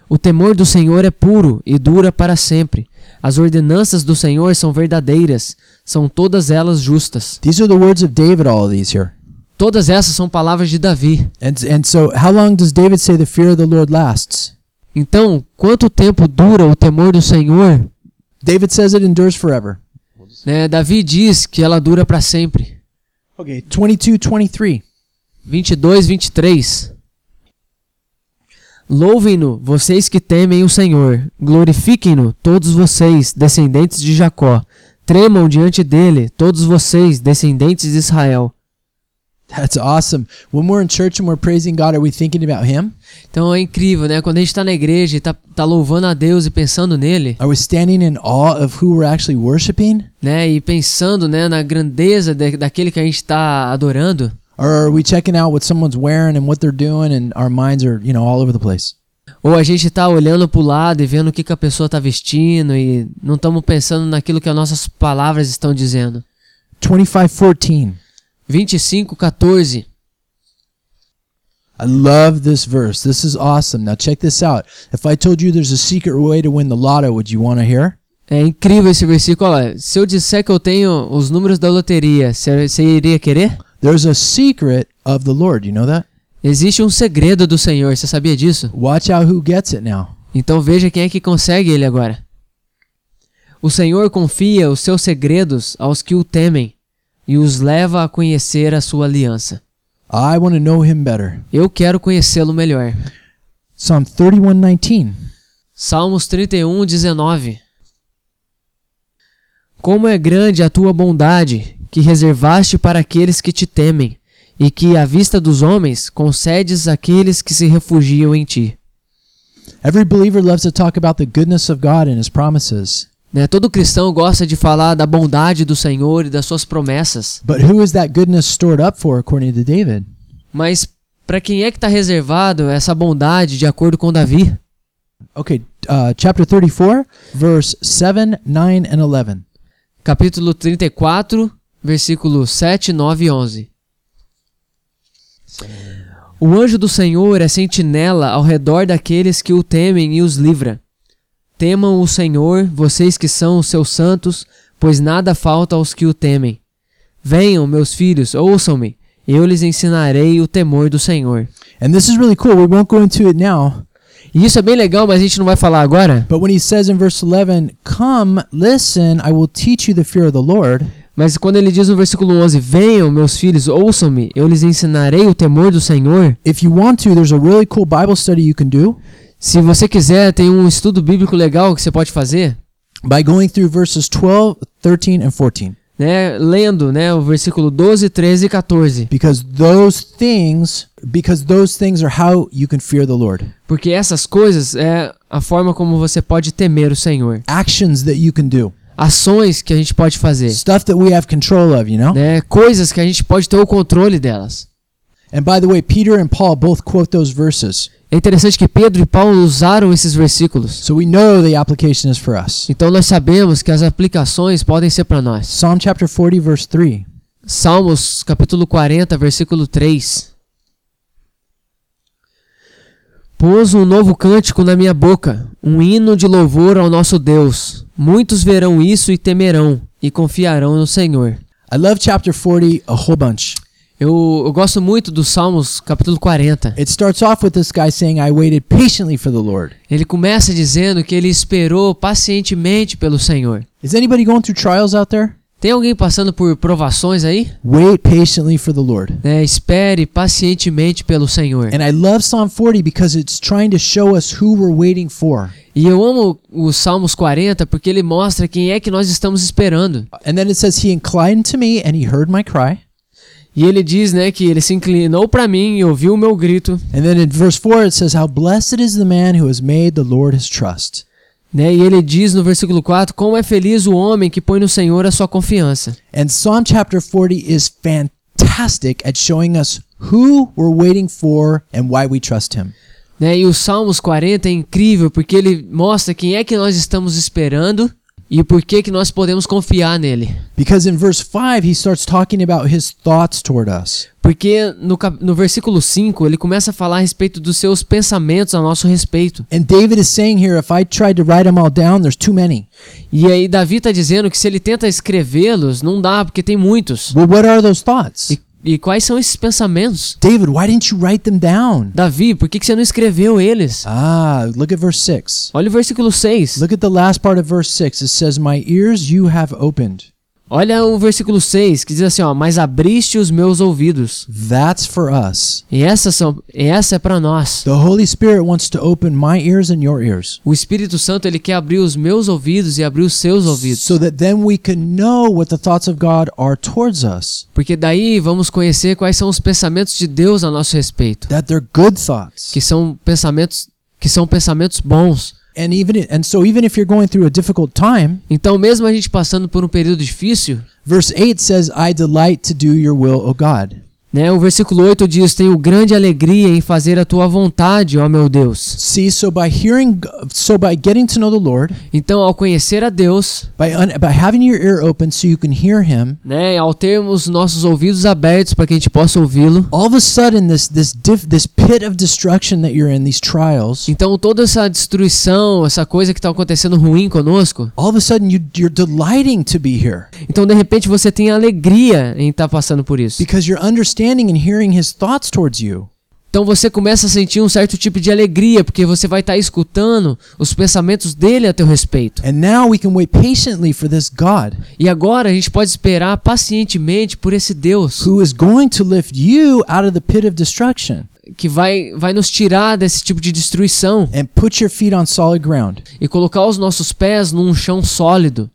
O temor do Senhor é puro e dura para sempre. As ordenanças do Senhor são verdadeiras, são todas elas justas. These are the words of David all of these here. Todas essas são palavras de Davi. And and so how long does David say the fear of the Lord lasts? Então, quanto tempo dura o temor do Senhor? David says it endures forever. Né, Davi diz que ela dura para sempre. Okay, 22 23. 22, 23. Louvem-no, vocês que temem o Senhor. Glorifiquem-no, todos vocês, descendentes de Jacó. Tremam diante dele, todos vocês, descendentes de Israel. That's awesome. When we're in church and we're praising God, are we thinking about Him? Então é incrível, né? Quando a gente está na igreja e está tá louvando a Deus e pensando nele, Are we standing in awe of who we're actually worshiping? né? E pensando né, na grandeza de- daquele que a gente está adorando, Or are we checking out what someone's wearing and what they're doing and our minds are, you know, all over the place? Ou a gente tá olhando pro lado e vendo o que, que a pessoa tá vestindo e não estamos pensando naquilo que as nossas palavras estão dizendo. 25:14. 25, 14. I love this verse. This is awesome. Now check this out. If I told you there's a secret way to win the lotto, would you want to hear? É incrível esse versículo. Olha, se eu disser que eu tenho os números da loteria, você você iria querer? There's a secret of the Lord, you know that? Existe um segredo do Senhor, você sabia disso? Watch out who gets it now. Então veja quem é que consegue ele agora. O Senhor confia os seus segredos aos que o temem e os leva a conhecer a sua aliança. I want to know him better. Eu quero conhecê-lo melhor. Psalm 31:19. Salmos 31, 19 Como é grande a tua bondade, que reservaste para aqueles que te temem, e que, à vista dos homens, concedes àqueles que se refugiam em ti. Every believer loves to talk about the goodness of God and his promises. Né, Todo cristão gosta de falar da bondade do Senhor e das suas promessas, But who is that goodness stored up for, according to David? mas para quem é que está reservado essa bondade de acordo com Davi? Okay, uh, chapter 34, verse 7, 9, and 11. Capítulo 34, versículo 7, 9 e 11. O anjo do Senhor é sentinela ao redor daqueles que o temem e os livra. Temam o Senhor, vocês que são os seus santos, pois nada falta aos que o temem. Venham, meus filhos, ouçam-me, eu lhes ensinarei o temor do Senhor. And this is really cool. We won't go into it now. E isso é bem legal, mas a gente não vai falar agora. But when he says in verse 11, Come, listen, I will teach you the fear of the Lord. Mas quando ele diz no versículo 11: Venham, meus filhos, ouçam-me, eu lhes ensinarei o temor do Senhor. If you want to, there's a really cool Bible study you can do Se você quiser, tem um estudo bíblico legal que você pode fazer, by going through verses 12, 13, and 14. né? Lendo, né, o versículo 12, 13 e 14. Because those things, because those things are how you can fear the Lord. Porque essas coisas é a forma como você pode temer o Senhor. Actions that you can do. Ações que a gente pode fazer, Stuff that we have control of, you know? né? Coisas que a gente pode ter o controle delas. And by the way, Peter and Paul both quote those verses. É interessante que Pedro e Paulo usaram esses versículos. So we know the application is for us. Então nós sabemos que as aplicações podem ser para nós. Psalm chapter 40, verse 3. Salmos capítulo 40, versículo 3. Pôs um novo cântico na minha boca, um hino de louvor ao nosso Deus. Muitos verão isso e temerão, e confiarão no Senhor. I love chapter 40 a whole bunch. Eu, eu gosto muito dos Salmos capítulo 40. It starts off with this guy saying, I waited patiently for the Lord. Ele começa dizendo que ele esperou pacientemente pelo Senhor. Is anybody going through trials out there? Tem alguém passando por provações aí? Wait patiently for the Lord. Né, espere pacientemente pelo Senhor. And I love Psalm 40 because it's trying to show us who we're waiting for. E eu amo os Salmos 40 porque ele mostra quem é que nós estamos esperando. And then it says, He inclined to me and he heard my cry. E ele diz, né, que ele se inclinou para mim e ouviu o meu grito, And then in verse 4, it says, How blessed is the man who has made the Lord his trust. né? E ele diz no versículo 4: "Como é feliz o homem que põe no Senhor a sua confiança". And Psalm chapter 40 is fantastic at showing us who we're waiting for and why we trust him. Né? E os Salmos 40 é incrível porque ele mostra quem é que nós estamos esperando e por que que nós podemos confiar nele. Because in verse 5, he starts talking about his thoughts toward us. Porque no, cap- no versículo 5 ele começa a falar a respeito dos seus pensamentos a nosso respeito. And David is saying here, if I tried to write them all down, there's too many. E aí Davi está dizendo que se ele tenta escrevê-los, não dá, porque tem muitos. Well, what are those thoughts? E, e quais são esses pensamentos? David, why didn't you write them down? Davi, por que, que você não escreveu eles? Ah, look at verse 6. Olha o versículo 6. Look at the last part of verse 6. It says, My ears you have opened. Olha o versículo 6, que diz assim, ó, mas abriste os meus ouvidos. That's for us. E essa, são, e essa é para nós. The Holy Spirit wants to open my ears and your ears O Espírito Santo, ele quer abrir os meus ouvidos e abrir os seus ouvidos. so that then we can know what the thoughts of God are towards us, Porque daí vamos conhecer quais são os pensamentos de Deus a nosso respeito, that they're good thoughts. que são pensamentos que são pensamentos bons. And even and so even if you're going through a difficult time, Então, mesmo a gente passando por um período difícil, verse 8 says, I delight to do your will, O God. né? O versículo 8 diz: "Tenho grande alegria em fazer a tua vontade, ó meu Deus". See, so by hearing so by getting to know the Lord, Então, ao conhecer a Deus, by un, by having your ear open so you can hear him, né, ao termos nossos ouvidos abertos para que a gente possa ouvi-lo, all of a sudden this this diff, this pit of destruction that you're in these trials então toda essa destruição, essa coisa que está acontecendo ruim conosco, all of a sudden you you're delighting to be here então de repente você tem alegria em estar passando por isso. because you're understanding and hearing his thoughts towards you Então você começa a sentir um certo tipo de alegria porque você vai estar escutando os pensamentos dele a teu respeito. and now we can wait patiently for this god E agora a gente pode esperar pacientemente por esse Deus who is going to lift you out of the pit of destruction que vai vai nos tirar desse tipo de destruição and put your feet on solid ground e colocar os nossos pés num chão sólido.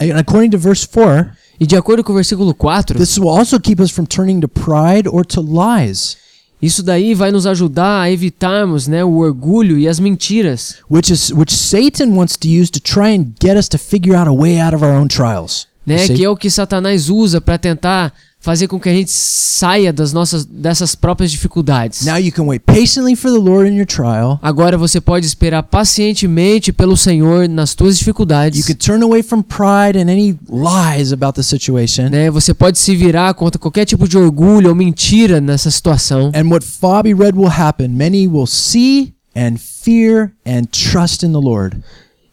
and according to verse 4 E de acordo com o versículo 4, this will also keep us from turning to pride or to lies Isso daí vai nos ajudar a evitarmos né, o orgulho e as mentiras, which is which satan wants to use to try and get us to figure out a way out of our own trials You né, see? que é o que Satanás usa para tentar fazer com que a gente saia das nossas, dessas próprias dificuldades. Now you can wait patiently for the Lord in your trial. Agora você pode esperar pacientemente pelo Senhor nas tuas You dificuldades. could turn away from pride and any lies about the situation. Né, você pode se virar contra qualquer tipo de orgulho ou mentira nessa situação. And what Fabi read will happen. Many will see and fear and trust in the Lord.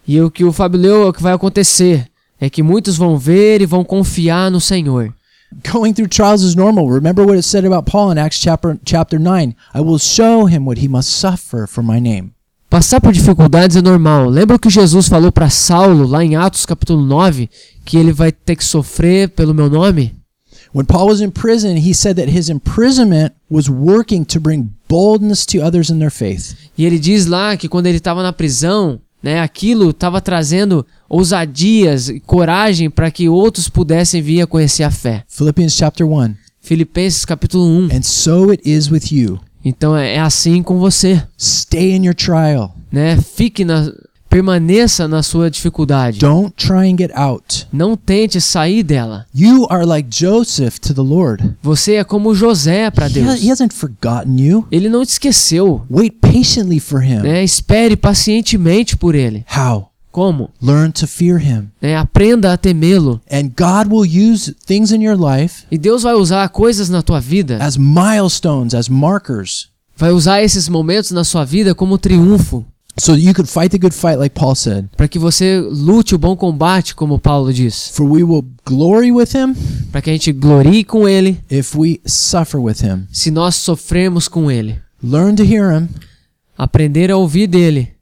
E o que o Fábio leu, é o que vai acontecer é que muitos vão ver e vão confiar no Senhor. Going through trials is normal. Remember what it said about Paul in Acts chapter, chapter 9. I will show him what he must suffer for my name. Passar por dificuldades é normal. Lembra que Jesus falou para Saulo, lá em Atos capítulo 9, que ele vai ter que sofrer pelo meu nome? When Paul was in prison, he said that his imprisonment was working to bring boldness to others in their faith. E ele diz lá que quando ele estava na prisão, né, aquilo estava trazendo ousadias e coragem para que outros pudessem vir a conhecer a fé. Philippians chapter 1. Filipenses capítulo 1. And so it is with you. Então é é assim com você, Stay in your trial. né? Fique na permaneça na sua dificuldade. Don't try and get out. Não tente sair dela. You are like Joseph to the Lord. Você é como José para He, Deus. he hasn't forgotten you. Ele não te esqueceu, Wait patiently for him. né? Espere pacientemente por ele. How? Como? Learn to fear him. Né? Aprenda a temê-lo. And God will use things in your life E Deus vai usar coisas na tua vida, as milestones, as markers, vai usar esses momentos na sua vida como triunfo, so that you could fight the good fight, like Paul said. para que você lute o bom combate, como Paulo diz, For we will glory with him para que a gente glorie com ele, if we suffer with him. se nós sofremos com ele. Learn to hear him, Aprender a ouvir dele,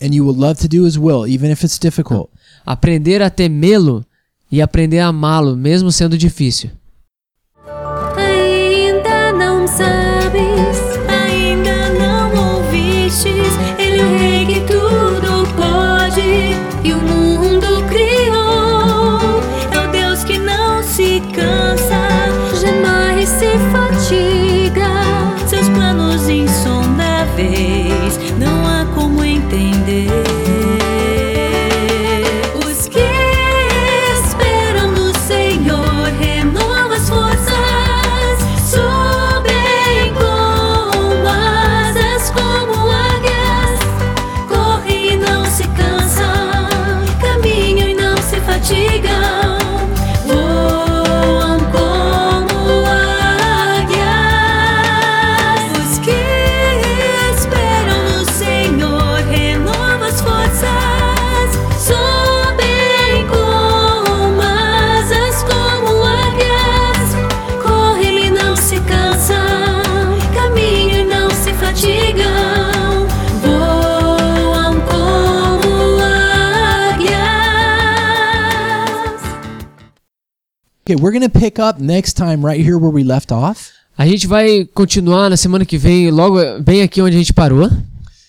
and you will love to do his will, even if it's difficult. aprender a temê-lo e aprender a amá-lo, mesmo sendo difícil. Ainda não sabes, ainda não ouvistes. Ele é o rei que tudo pode e o mundo criou. É o Deus que não se cansa, jamais se fatiga. Seus planos insondáveis não há como entender. Os que esperam do Senhor renovam as forças, sobem com asas como águias, correm e não se cansam, caminham e não se fatigam, voam como águias. Os que esperam no Senhor renovam as forças, sobem com asas como águias, correm e não se cansam, caminham e não se fatigam, voam como águias. Okay, we're going to pick up next time right here where we left off. A gente vai continuar na semana que vem, logo bem aqui onde a gente parou.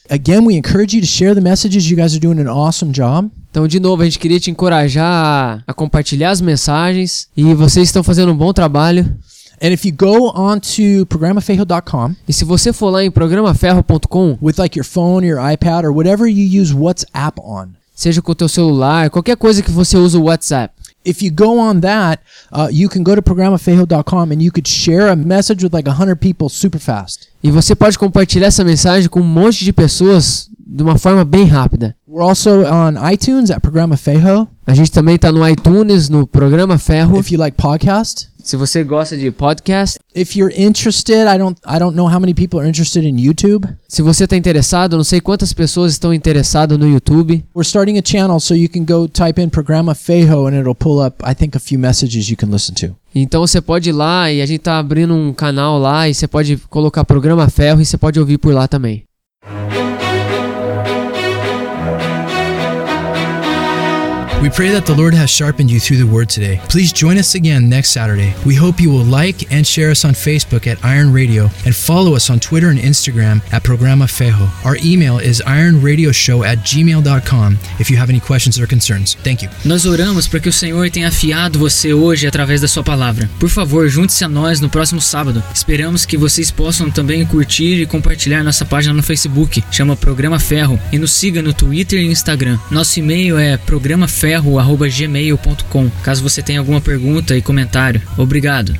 Again, we encourage you to share the messages. You guys are doing an awesome job. Então, de novo, a gente queria te encorajar a, a compartilhar as mensagens e vocês estão fazendo um bom trabalho. And if you go on to programafejo.com E se você for lá em programaferro.com, with like your phone or your iPad or whatever you use WhatsApp on, seja com o teu celular, qualquer coisa que você usa o WhatsApp, if you go on that, uh, you can go to programafejo.com and you could share a message with like 100 people super fast. e você pode compartilhar essa mensagem com um monte de pessoas de uma forma bem rápida. We're also on iTunes at programafejo A gente também está no iTunes, no Programa Ferro. if you like podcast. Se você gosta de podcast, If you're interested, I don't I don't know how many people are interested in YouTube. se você está interessado, não sei quantas pessoas estão interessadas no YouTube. We're starting a channel so you can go type in programafejo and it'll pull up I think a few messages you can listen to. Então você pode ir lá e a gente tá abrindo um canal lá e você pode colocar programa ferro e você pode ouvir por lá também. We pray that the Lord has sharpened you through the word today. Please join us again next Saturday. We hope you will like and share us on Facebook at Iron Radio and follow us on Twitter and Instagram at Programa Fejo. Our email is ironradioshow at gmail.com if you have any questions or concerns. Thank you. Nós oramos para que o Senhor tenha afiado você hoje através da sua palavra. Por favor, junte-se a nós no próximo sábado. Esperamos que vocês possam também curtir e compartilhar nossa página no Facebook, chama Programa Ferro, e nos siga no Twitter e Instagram. Nosso e-mail é programaferro@gmail.com. Caso você tenha alguma pergunta e comentário. Obrigado.